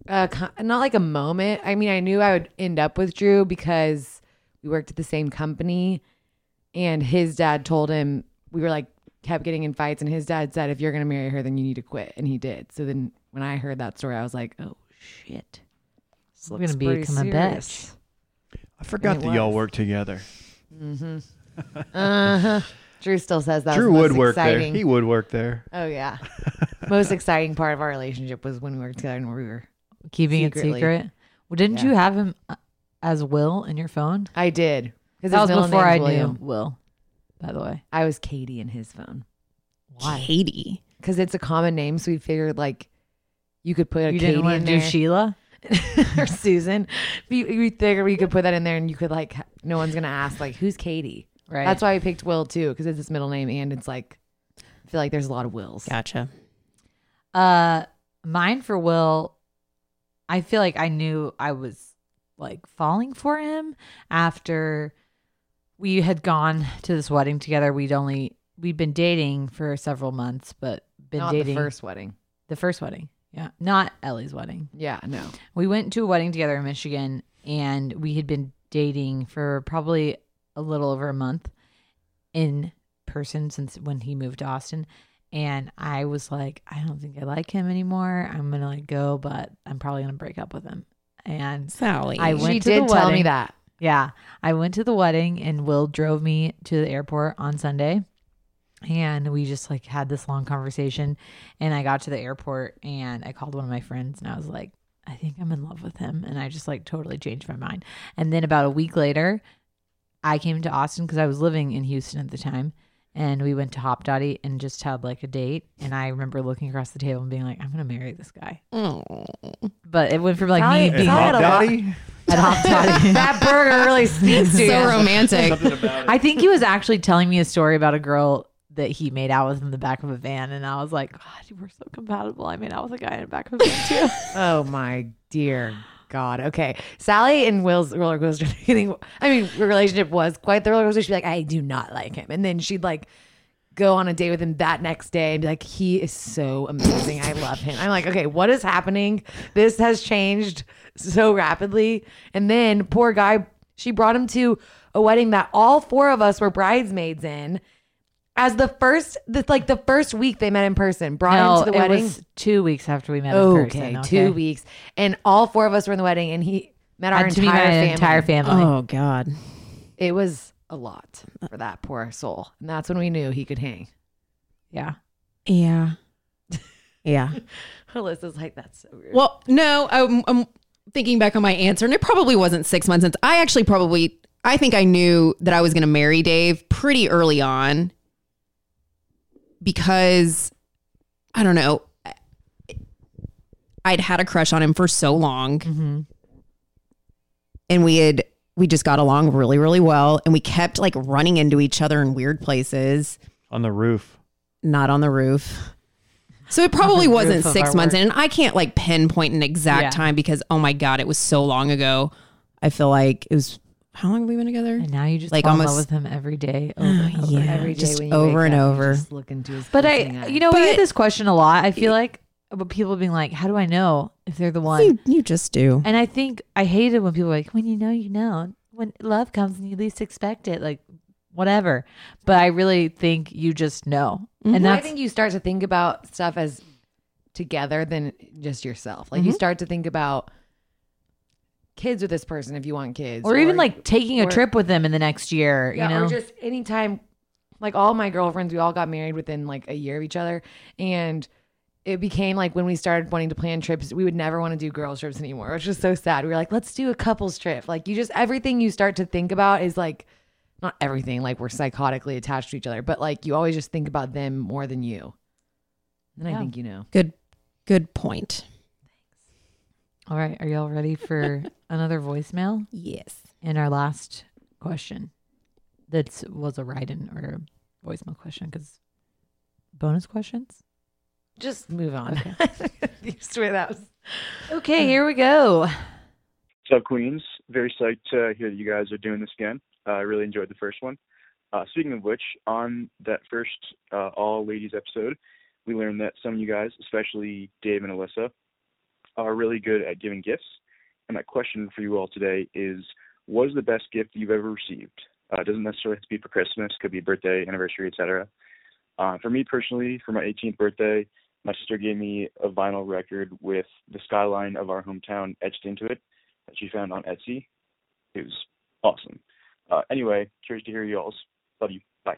uh, ki- not like a moment. I mean, I knew I would end up with Drew because we worked at the same company, and his dad told him we were like kept getting in fights, and his dad said, "If you're gonna marry her, then you need to quit," and he did. So then when I heard that story, I was like, "Oh shit, this We're looks gonna be- pretty become a bitch. serious." I forgot And it that y'all was. work together. Uh-huh. Drew still says that. Drew was the would most work exciting. there. He would work there. Oh yeah, most exciting part of our relationship was when we worked together and we were. Keeping it Secretly. secret. Well, didn't Yeah. you have him uh, as Will in your phone? I did because That was before I knew Will. By the way, I was Katie in his phone. katie because it's a common name. So we figured like you could put a you Katie didn't want to in do there Sheila. or Susan. We, we figured we could put that in there, and you could like ha- no one's gonna ask like who's Katie. Right. That's why I picked Will too because it's his middle name, and it's like I feel like there's a lot of Wills. gotcha Uh, mine for Will, I feel like I knew I was like falling for him after we had gone to this wedding together. We'd only we'd been dating for several months, but been Not dating the first wedding. the first wedding. Yeah, not Ellie's wedding. Yeah, no. We went to a wedding together in Michigan and we had been dating for probably a little over a month in person since when he moved to Austin. And I was like, I don't think I like him anymore. I'm going to like go, but I'm probably going to break up with him. And sally I went She to the did tell me wedding. that. yeah, I went to the wedding and Will drove me to the airport on Sunday. And we just like had this long conversation. And I got to the airport and I called one of my friends and I was like, I think I'm in love with him. And I just like totally changed my mind. And then about a week later, I came to Austin because I was living in Houston at the time. And we went to Hop Dottie and just had like a date. And I remember looking across the table and being like, I'm going to marry this guy. Oh. But it went from like Sally- me And being Sally- I had Hop a lot- Daddy? at Hop Dottie. that burger really speaks to so you. romantic. I think he was actually telling me a story about a girl that he made out with in the back of a van, and I was like, God, we're so compatible. I made out with a guy in the back of a van too. Oh my dear God. Okay. Sally and Will's roller coaster dating, I mean, her relationship was quite the roller coaster. She'd be like, I do not like him. And then she'd like go on a date with him that next day and be like, he is so amazing. I love him. I'm like, okay, what is happening? This has changed so rapidly. And then poor guy, she brought him to a wedding that all four of us were bridesmaids in. As the first, the, like the first week they met in person, brought him to the it wedding was two weeks after we met. in okay, person, two weeks, and all four of us were in the wedding, and he met our Had to entire meet my family. entire family. oh God. It was a lot for that poor soul, and that's when we knew he could hang. Yeah, Yeah. Yeah. Alyssa's like, that's so weird. Well, no, I'm, I'm thinking back on my answer, and it probably wasn't six months since. I actually probably, I think I knew that I was going to marry Dave pretty early on because I don't know. I'd had a crush on him for so long, and we had we just got along really, really well, and we kept like running into each other in weird places on the roof. not on the roof. So it probably wasn't roof of six our months in, and I can't like pinpoint an exact Yeah. time because oh my god, it was so long ago. I feel like it was how long have we been together? And now you just Like fall in almost- love with him every day, Oh, over and over. Yeah, every day just when you over wake and up, you over. just look into his But I, you know, we get But- this question a lot. I feel like about people being like, "How do I know if they're the one?" Hmm. You, you just do. And I think I hate it when people are like, "When you know, you know." When love comes and you least expect it, like whatever. But I really think you just know, and Well, I that's think you start to think about stuff as together than just yourself. Like you start to think about kids with this person if you want kids, or even like taking a or- trip with them in the next year. yeah, you know, or just anytime. Like all my girlfriends, we all got married within like a year of each other, and it became like when we started wanting to plan trips, we would never want to do girls trips anymore, which was so sad. We were like, let's do a couples trip. Like you just everything you start to think about is like not everything. Like we're psychotically attached to each other, but like you always just think about them more than you. And I Yeah. think you know. Good, good point. all right. Are y'all ready for another voicemail? Yes. And our last question that was a write in or a voicemail question because bonus questions. Just move on. you swear that was Okay, here we go. What's up, Queens? Very psyched to hear that you guys are doing this again. Uh, I really enjoyed the first one. Uh, speaking of which, on that first uh, all ladies episode, we learned that some of you guys, especially Dave and Alyssa, are really good at giving gifts. And my question for you all today is what is the best gift you've ever received? Uh, it doesn't necessarily have to be for Christmas, could be birthday, anniversary, etc. Uh, for me personally, for my 18th birthday, my sister gave me a vinyl record with the skyline of our hometown etched into it that she found on Etsy. It was awesome. Uh, anyway, curious to hear y'all's. Love you. Bye.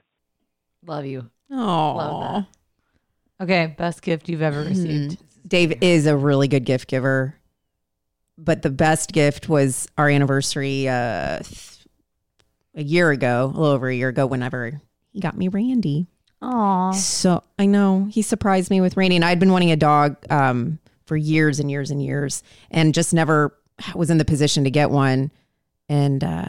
love you. Oh, Okay, best gift you've Hmm. ever received. Dave is a really good gift giver, but the best gift was our anniversary uh, th- a year ago, a little over a year ago. Whenever he got me Randy. Aw. So I know he surprised me with Randy, and I'd been wanting a dog um, for years and years and years, and just never was in the position to get one. And uh,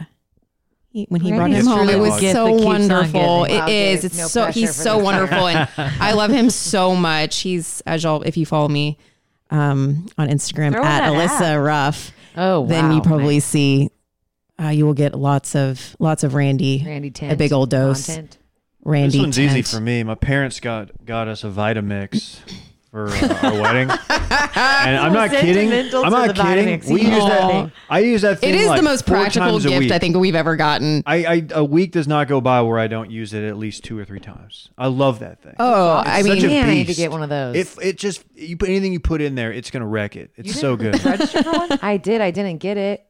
he, when he Randy's brought him home, truly it the was gift so that keeps on wonderful. It giving. is. Wow, Dave, It's no so pressure he's for so this wonderful, and I love him so much. He's as y'all, if you follow me um, on Instagram Throw in at that Alyssa Ruff, Oh, then you probably see uh, you will get lots of lots of Randy, Randy Tent. a big old dose. Content. This Randy. one's easy tent. for me. My parents got got us a Vitamix for uh, our wedding, and I'm not kidding. Sentimental I'm to not the kidding. Vitamix. We Aw. use that. I use that. Thing It is like the most four practical times a gift week. I think we've ever gotten. I, I a week does not go by where I don't use it at least two or three times. I love that thing. Oh, I Such mean, a Man, I need to beast. get one of those. If it just you put anything you put in there, it's gonna wreck it. It's so good. register for one? I did. I didn't get it.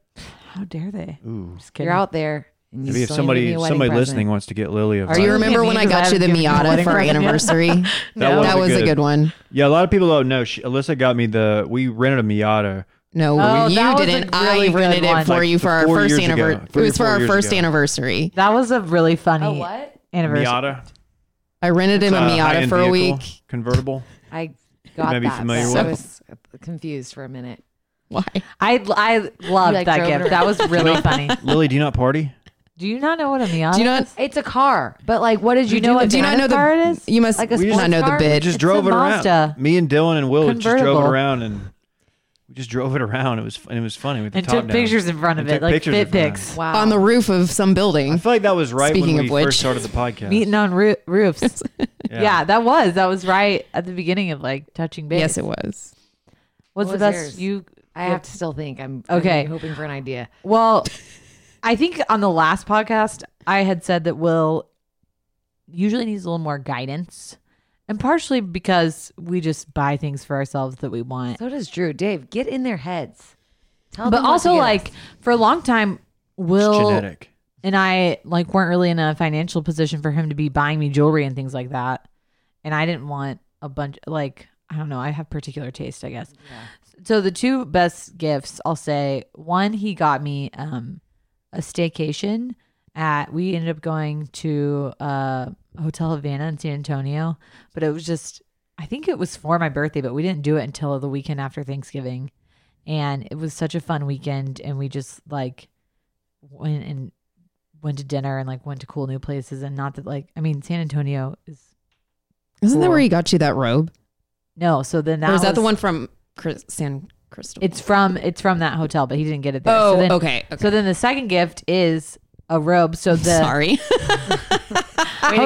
How dare they? Ooh. Just kidding. You're out there. and you Maybe if still need to give somebody me a wedding somebody present. listening wants to get Lily a do you Vitamix. remember when I Because I got you the haven't given you a Miata for our wedding present yet. anniversary? That that, was a was a good- good one. Yeah, a lot of people don't know. She, Alyssa got me the. We rented a Miata. No, Oh, you that was a didn't. really I rented good it one. for Like you for our four first years ago. anniversary. It Three or was for four our years first ago. anniversary. That was a really funny A what? anniversary. Miata. I rented him a Uh, Miata high-end for a vehicle, week. Convertible. I got may be that. familiar but with. I was confused for a minute. Why? I I loved like, that drove gift. her. That was really funny. Lily, do you not party? Do you not know what a Miata? Do you not? is? It's a car, but like, what did you, you know do? what with Do you it? kind not know of car it the? is? You must. Like a you not sports know the car? We bid. just It's drove a it Mazda. around. Me and Dylan and Will just drove Convertible. it around and we just drove it around. It was and it was funny with the And top took down. pictures in front of And it, took like pictures in fit front of pics. it. Wow. on the roof of some I building. feel like that was right Speaking when of we which. first started the podcast. Meeting on roo- roofs. yeah. that was that was right at the beginning of like touching base. Yes, it was. What's What the was best yours? you? I have to still think. I'm Okay. I'm hoping for an idea. Well, I think on the last podcast I had said that Will usually needs a little more guidance, and partially because we just buy things for ourselves that we want. So does Drew. Dave, get in their heads. Tell but them what also, to get like us. for a long time, It's Will genetic. and I like weren't really in a financial position for him to be buying me jewelry and things like that. And I didn't want a bunch like I don't know. I have particular taste, I guess. So the two best gifts, I'll say one, he got me um, a staycation at. We ended up going to uh, Hotel Havana in San Antonio, but it was just. I think it was for my birthday, but we didn't do it until the weekend after Thanksgiving, and it was such a fun weekend. And we just like went and went to dinner and like went to cool new places. And not that like I mean, San Antonio is Isn't that where he got you that robe? no. So then that or is that the was- one from Chris, San Crystal? It's from it's from that hotel, but he didn't get it there. oh, so then, okay. okay. So then the second gift is a robe. So the Sorry. Way to go,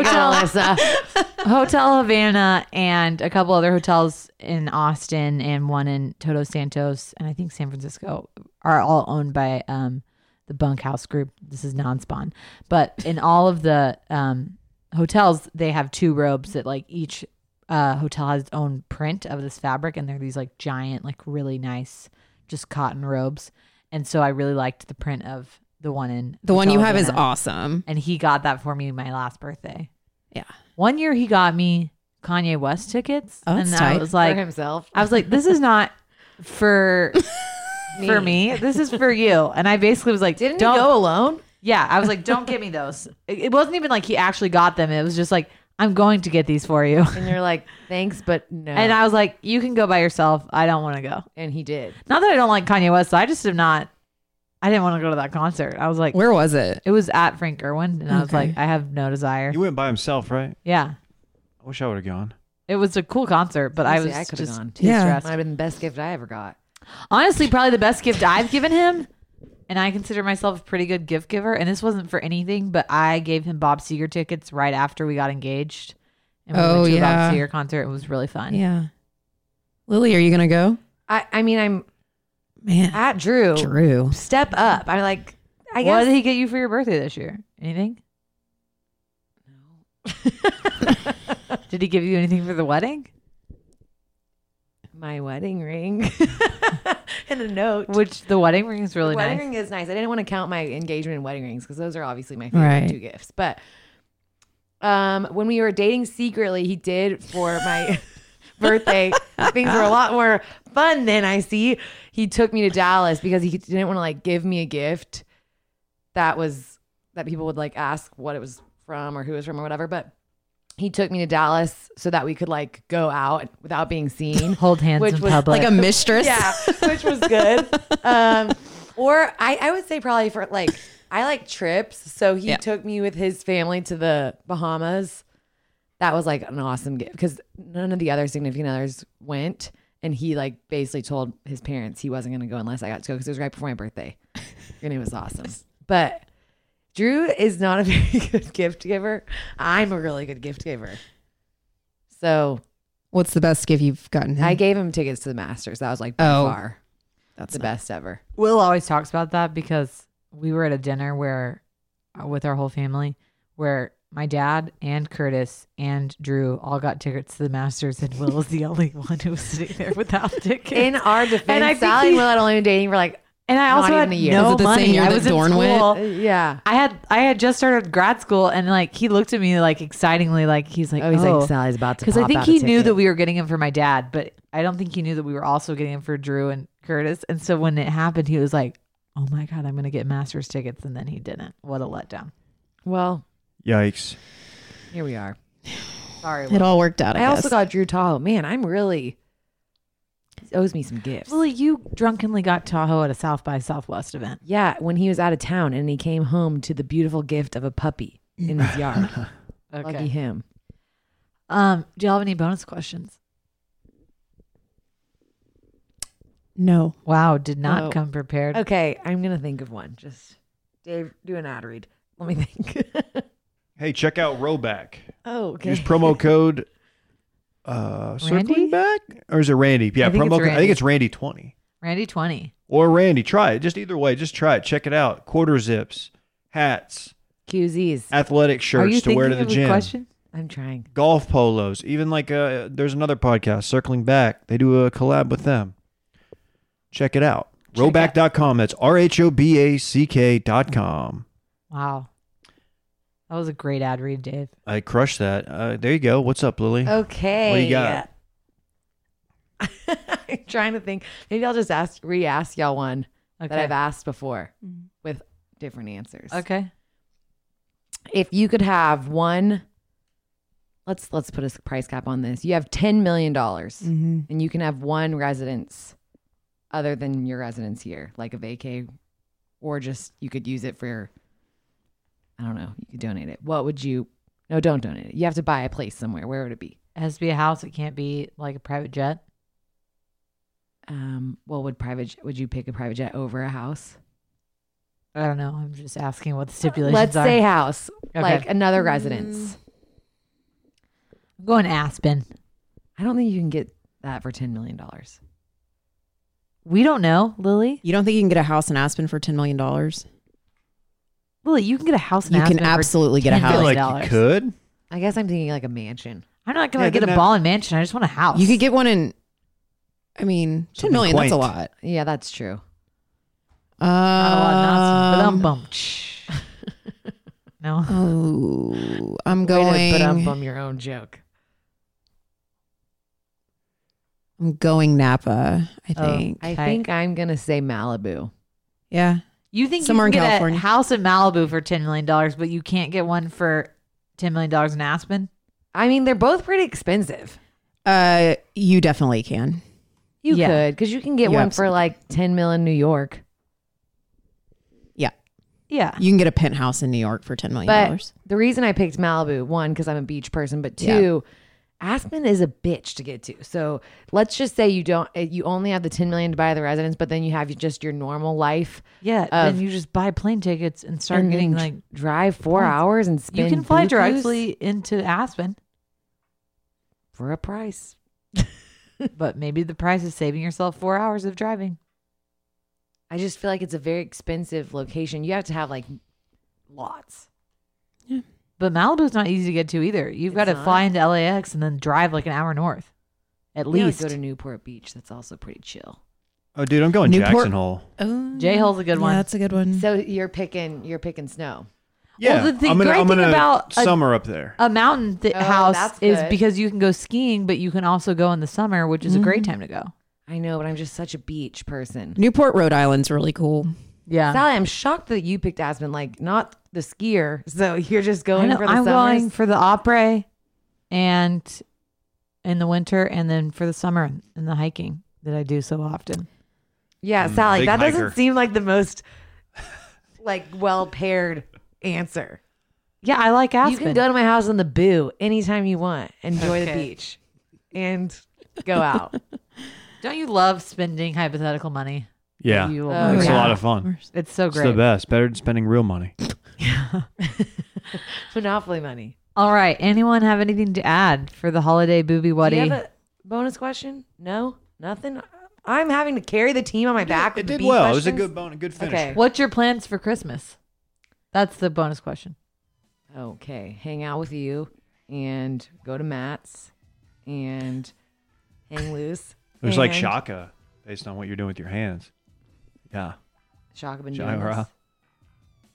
Hotel. uh, Alyssa. Hotel Havana and a couple other hotels in Austin and one in Todos Santos and I think San Francisco are all owned by um, the Bunkhouse Group. This is non-spawn, but in all of the um, hotels, they have two robes that like each uh, hotel has its own print of this fabric, and they're these like giant, like really nice, just cotton robes. And so I really liked the print of the one in the one you Hotel have is Havana awesome. and he got that for me my last birthday. Yeah. One year he got me Kanye West tickets, Oh, that's and I tight. was for like, uh, himself. I was like, this is not for for me. This is for you. And I basically was like, Didn't don't, he go alone? Yeah, I was like, don't give me those. It, it wasn't even like he actually got them. It was just like, I'm going to get these for you. And you're like, thanks, but no. And I was like, you can go by yourself. I don't want to go. and he did. Not that I don't like Kanye West. I just am not. I didn't want to go to that concert. I was like, Where was it? it was at Frank Irwin, and I was Okay. like, I have no desire. He went by himself, right? Yeah. I wish I would have gone. It was a cool concert, but I Honestly, was I could've just gone. too Yeah. Might have stressed. been the best gift I ever got. Honestly, probably the best gift I've given him, and I consider myself a pretty good gift giver. And this wasn't for anything, but I gave him Bob Seger tickets right after we got engaged, and we Oh, went to a yeah. Bob Seger concert. It was really fun. Yeah. Lily, are you going to go? I, I mean, I'm Man. at Drew. Drew. Step up. I'm like, I What guess. did he get you for your birthday this year? Anything? No. did he give you anything for the wedding? my wedding ring and a note. Which the wedding ring is really The wedding nice. ring is nice. I didn't want to count my engagement and wedding rings because those are obviously my favorite Right. two gifts. But um, when we were dating secretly, he did for my birthday. Things were a lot more fun then. I see he took me to Dallas because he didn't want to like give me a gift that was that people would like ask what it was from or who it was from or whatever. But he took me to Dallas so that we could like go out without being seen. Hold hands Which in was public. Like a mistress. Yeah, which was good. Um, or I, I would say probably for like I like trips, so he Yeah. took me with his family to the Bahamas. That was like an awesome gift because none of the other significant others went, and he like basically told his parents he wasn't going to go unless I got to go because it was right before my birthday, and it was awesome. But Drew is not a very good gift giver. I'm a really good gift giver. So What's the best gift you've gotten him? I gave him tickets to the Masters. That was like by Oh. far That's the nice. best ever. Will always talks about that because we were at a dinner where, uh, with our whole family, where my dad and Curtis and Drew all got tickets to the Masters, and Will is the only one who was sitting there without tickets. In our defense, I and think Sally and he- Will had only been dating for like, and I not also even had a year. no Was it the same money. year I that was in Dorn went? school. uh, yeah. I had I had just started grad school, and like he looked at me like excitingly, like he's like, Oh, he's oh. like Sally's about to. because I pop think out he a knew ticket." that we were getting him for my dad, but I don't think he knew that we were also getting him for Drew and Curtis. And so when it happened, he was like, "Oh my god, I'm gonna get Masters tickets," and then he didn't. What a letdown! Well, Yikes. here we are. Sorry, It all worked out. I, I, also guess. got Drew Tahoe. Man, I'm really he owes me some gifts. Lily. You drunkenly got Tahoe at a South by Southwest event. yeah, when he was out of town and he came home to the beautiful gift of a puppy in his yard. Lucky him. Um, do y'all have any bonus questions? no. Wow, did not Oh. come prepared. Okay, I'm gonna think of one. Just Dave, do an ad read. Let me think. Hey, check out Roback. oh, okay. Use promo code uh Randy? circling back or is it Randy? Yeah, I think promo it's code I Randy. think it's Randy 20 Randy twenty or Randy. Try it. Just either way, just try it. Check it out. Quarter zips, hats, QZs. athletic Are you shirts to wear to the thinking of a gym. Question? I'm trying. Golf polos, even like uh there's another podcast circling back. They do a collab with them. Check it out. Roback.com. That's R H O B A C K.com. Wow, that was a great ad read, Dave. Oh, I crushed that. Uh, there you go. What's up, Lily? Okay. got? I'm trying to think. Maybe I'll just ask, re-ask y'all one that Okay. Mm. I've asked before with different answers. Okay. If you could have one, let's let's put a price cap on this. You have ten million dollars, Mm. Mm-hmm. and you can have one residence other than your residence year, like a vacay, or just you could use it for. your- I don't know. You could donate it. What would you? No, don't donate it. You have to buy a place somewhere. Where would it be? It has to be a house. It can't be like a private jet. Um, well, would private j- would you pick a private jet over a house? I don't know. I'm just asking what the stipulations Let's are. Mm. say house, Okay. like another residence. I'm going Aspen. I don't think you can get that for ten million dollars. We don't know, Lily. You don't think you can get a house in Aspen for $10 million? You Lily, you can get a house. In can Aspen for- absolutely get a $10 I house. feel like dollars. you could. I guess I'm thinking like a mansion. I'm not going Yeah, to get didn't a I- ball and mansion. I just want a house. You could get one in, I mean, $10 million, that's a quaint. lot. Yeah, that's true. Uh, Not a lot in Aspen. Um, Ba-dum-bum. no. oh, I'm But going, I'm bum your own joke. I'm going Napa, I Oh. think. I Okay. think I'm gonna say Malibu. yeah. You think Somewhere you in can get California. a house in Malibu for ten million dollars, but you can't get one for ten million dollars in Aspen? I mean, they're both pretty expensive. Uh, you definitely can. You Yeah. could, because you can get Yeah, one for like ten mil in New York. Yeah. Yeah. You can get a penthouse in New York for $10 million. But the reason I picked Malibu, one, because I'm a beach person, but two, Aspen is a bitch to get to. So let's just say you don't, eh, you only have the 10 million to buy the residence, but then you have just your normal life. Yeah. Of- then you just buy plane tickets and start and then getting dr- like drive four hours and spend. you can fly bukus directly into Aspen, for a price. but maybe the price is saving yourself four hours of driving. I just feel like it's a very expensive location. You have to have like lots. But Malibu's not easy to get to either. You've got It's to not. fly into LAX and then drive like an hour north, at You gotta least. go to Newport Beach. That's also pretty chill. Oh, dude, I'm going Newport- Jackson Hole. Oh, J-Hole's a good one. Yeah, that's a good Mm. one. So you're picking, you're picking snow. Yeah, the thing- I'm gonna, great I'm thing gonna about a- summer up there. a mountain th- Oh, house that's is good. because you can go skiing, but you can also go in the summer, which is a great Mm-hmm. time to go. I know, but I'm just such a beach person. Newport, Rhode Island's really cool. Yeah. Sally, I'm shocked that you picked Aspen, like not the skier. So you're just I going know, for the I'm summers. going for the opera and in the winter and then for the summer and the hiking that I do so often. yeah, Sally, big that hiker. doesn't seem like the most like well paired answer. Yeah, I like Aspen. You can go to my house in the boo anytime you want. Enjoy the Okay. beach and go out. Don't you love spending hypothetical money? yeah, You will- Oh, it's yeah. a lot of fun. It's so It's great. the best. Better than spending real money. Monopoly money. All right. Anyone have anything to add for the holiday booby Do you Wuddy? have a bonus question? No, nothing. I'm having to carry the team on my back. It with the did bee well. It was a questions? good bone, a good finish. Okay. What's your plans for Christmas? That's the bonus question. Okay, hang out with you and go to Matt's and hang loose. It was like and- Shaka, based on what you're doing with your hands. Yeah, Shaka been doing Shaka.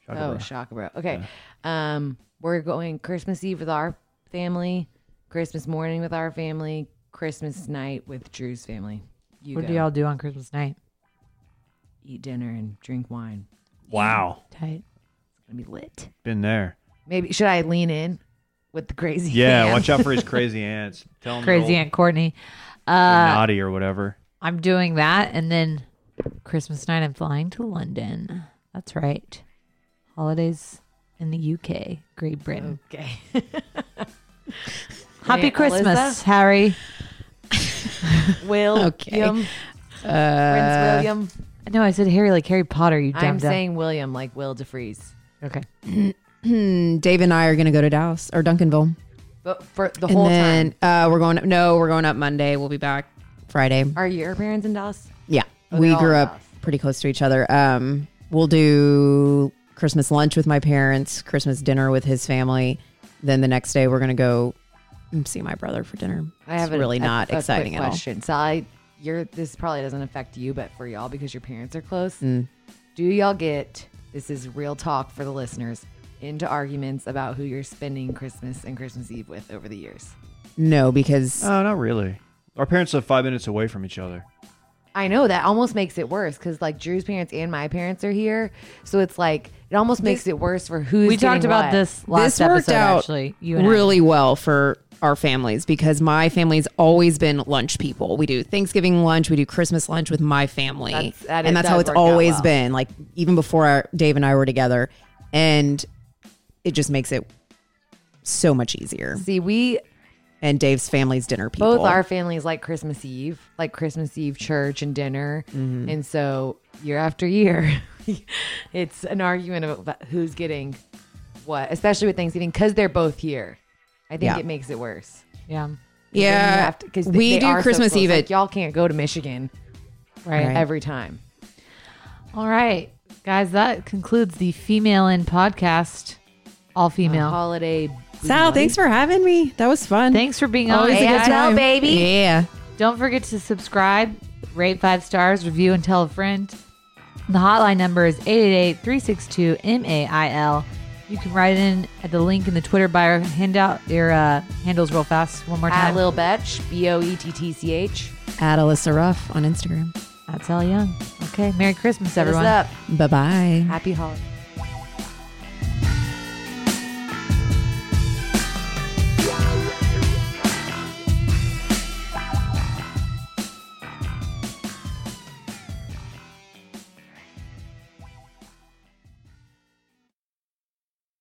this. Oh, Shaka. Shaka bro. Okay, um, we're going Christmas Eve with our family, Christmas morning with our family, Christmas night with Drew's family. You What go. do y'all do on Christmas night? eat dinner and drink wine. wow, Tight. It's gonna be lit. been there. Maybe should I lean in with the crazy? Yeah, hand? watch out for his crazy ants. Tell him they're Crazy old- Aunt Courtney. they're Uh, naughty or whatever. I'm doing that. And then Christmas night, I'm flying to London. That's right. Holidays in the UK, Great Britain. Okay. Happy Aunt Christmas, Eliza? Harry. Will. Okay. William, Uh, Prince William. No, I said Harry like Harry Potter. You I'm dumb dumb. saying William, like Will DeFreeze. okay. Hmm, Dave and I are going to go to Dallas or Duncanville. But for the And whole time. then uh, we're going up. No, we're going up Monday. We'll be back Friday. Are your parents in Dallas? Yeah. Oh, we they're all grew in up Dallas. pretty close to each other. Um, we'll do Christmas lunch with my parents, Christmas dinner with his family. Then the next day, we're going to go and see my brother for dinner. I have it's a- really a- not a quick exciting at all. question. So I, you're this probably doesn't affect you, but for y'all because your parents are close. Mm. Do y'all get this is real talk for the listeners into arguments about who you're spending Christmas and Christmas Eve with over the years? No, because Oh, not really. Our parents live five minutes away from each other. I know that almost makes it worse because like Drew's parents and my parents are here, so it's like it almost makes it worse for who's. we talked getting about what. this last this worked episode. out actually, you and I. really well for our families because my family's always been lunch people. We do Thanksgiving lunch, we do Christmas lunch with my family, That's- that- and it that's how does it's work out always well. been. Like even before our, Dave and I were together, and it just makes it so much easier. See, we And Dave's family's dinner people. both our families like Christmas Eve, like Christmas Eve church and dinner, Mm-hmm. and so year after year, it's an argument about who's getting what, especially with Thanksgiving because they're both here. I think Yeah. it makes it worse. yeah, yeah, because we do Christmas Eve at Like, y'all can't go to Michigan right. Right. every time. All right, guys, that concludes the female in podcast, all female. Uh-huh. Holiday. Sal. Thanks for having me. That was fun. Thanks for being on. Always a good ASL, time, baby. Yeah. Don't forget to subscribe, rate five stars, review, and tell a friend. The hotline number is 888 362 MAIL. You can write in at the link in the Twitter bio. Hand out your uh, handles real fast one more At time. Lil Betch, B O E T T C H. At Alyssa Ruff on Instagram. That's Al Young. Okay. Merry Christmas, Hit us everyone. up. Bye bye. Happy holidays.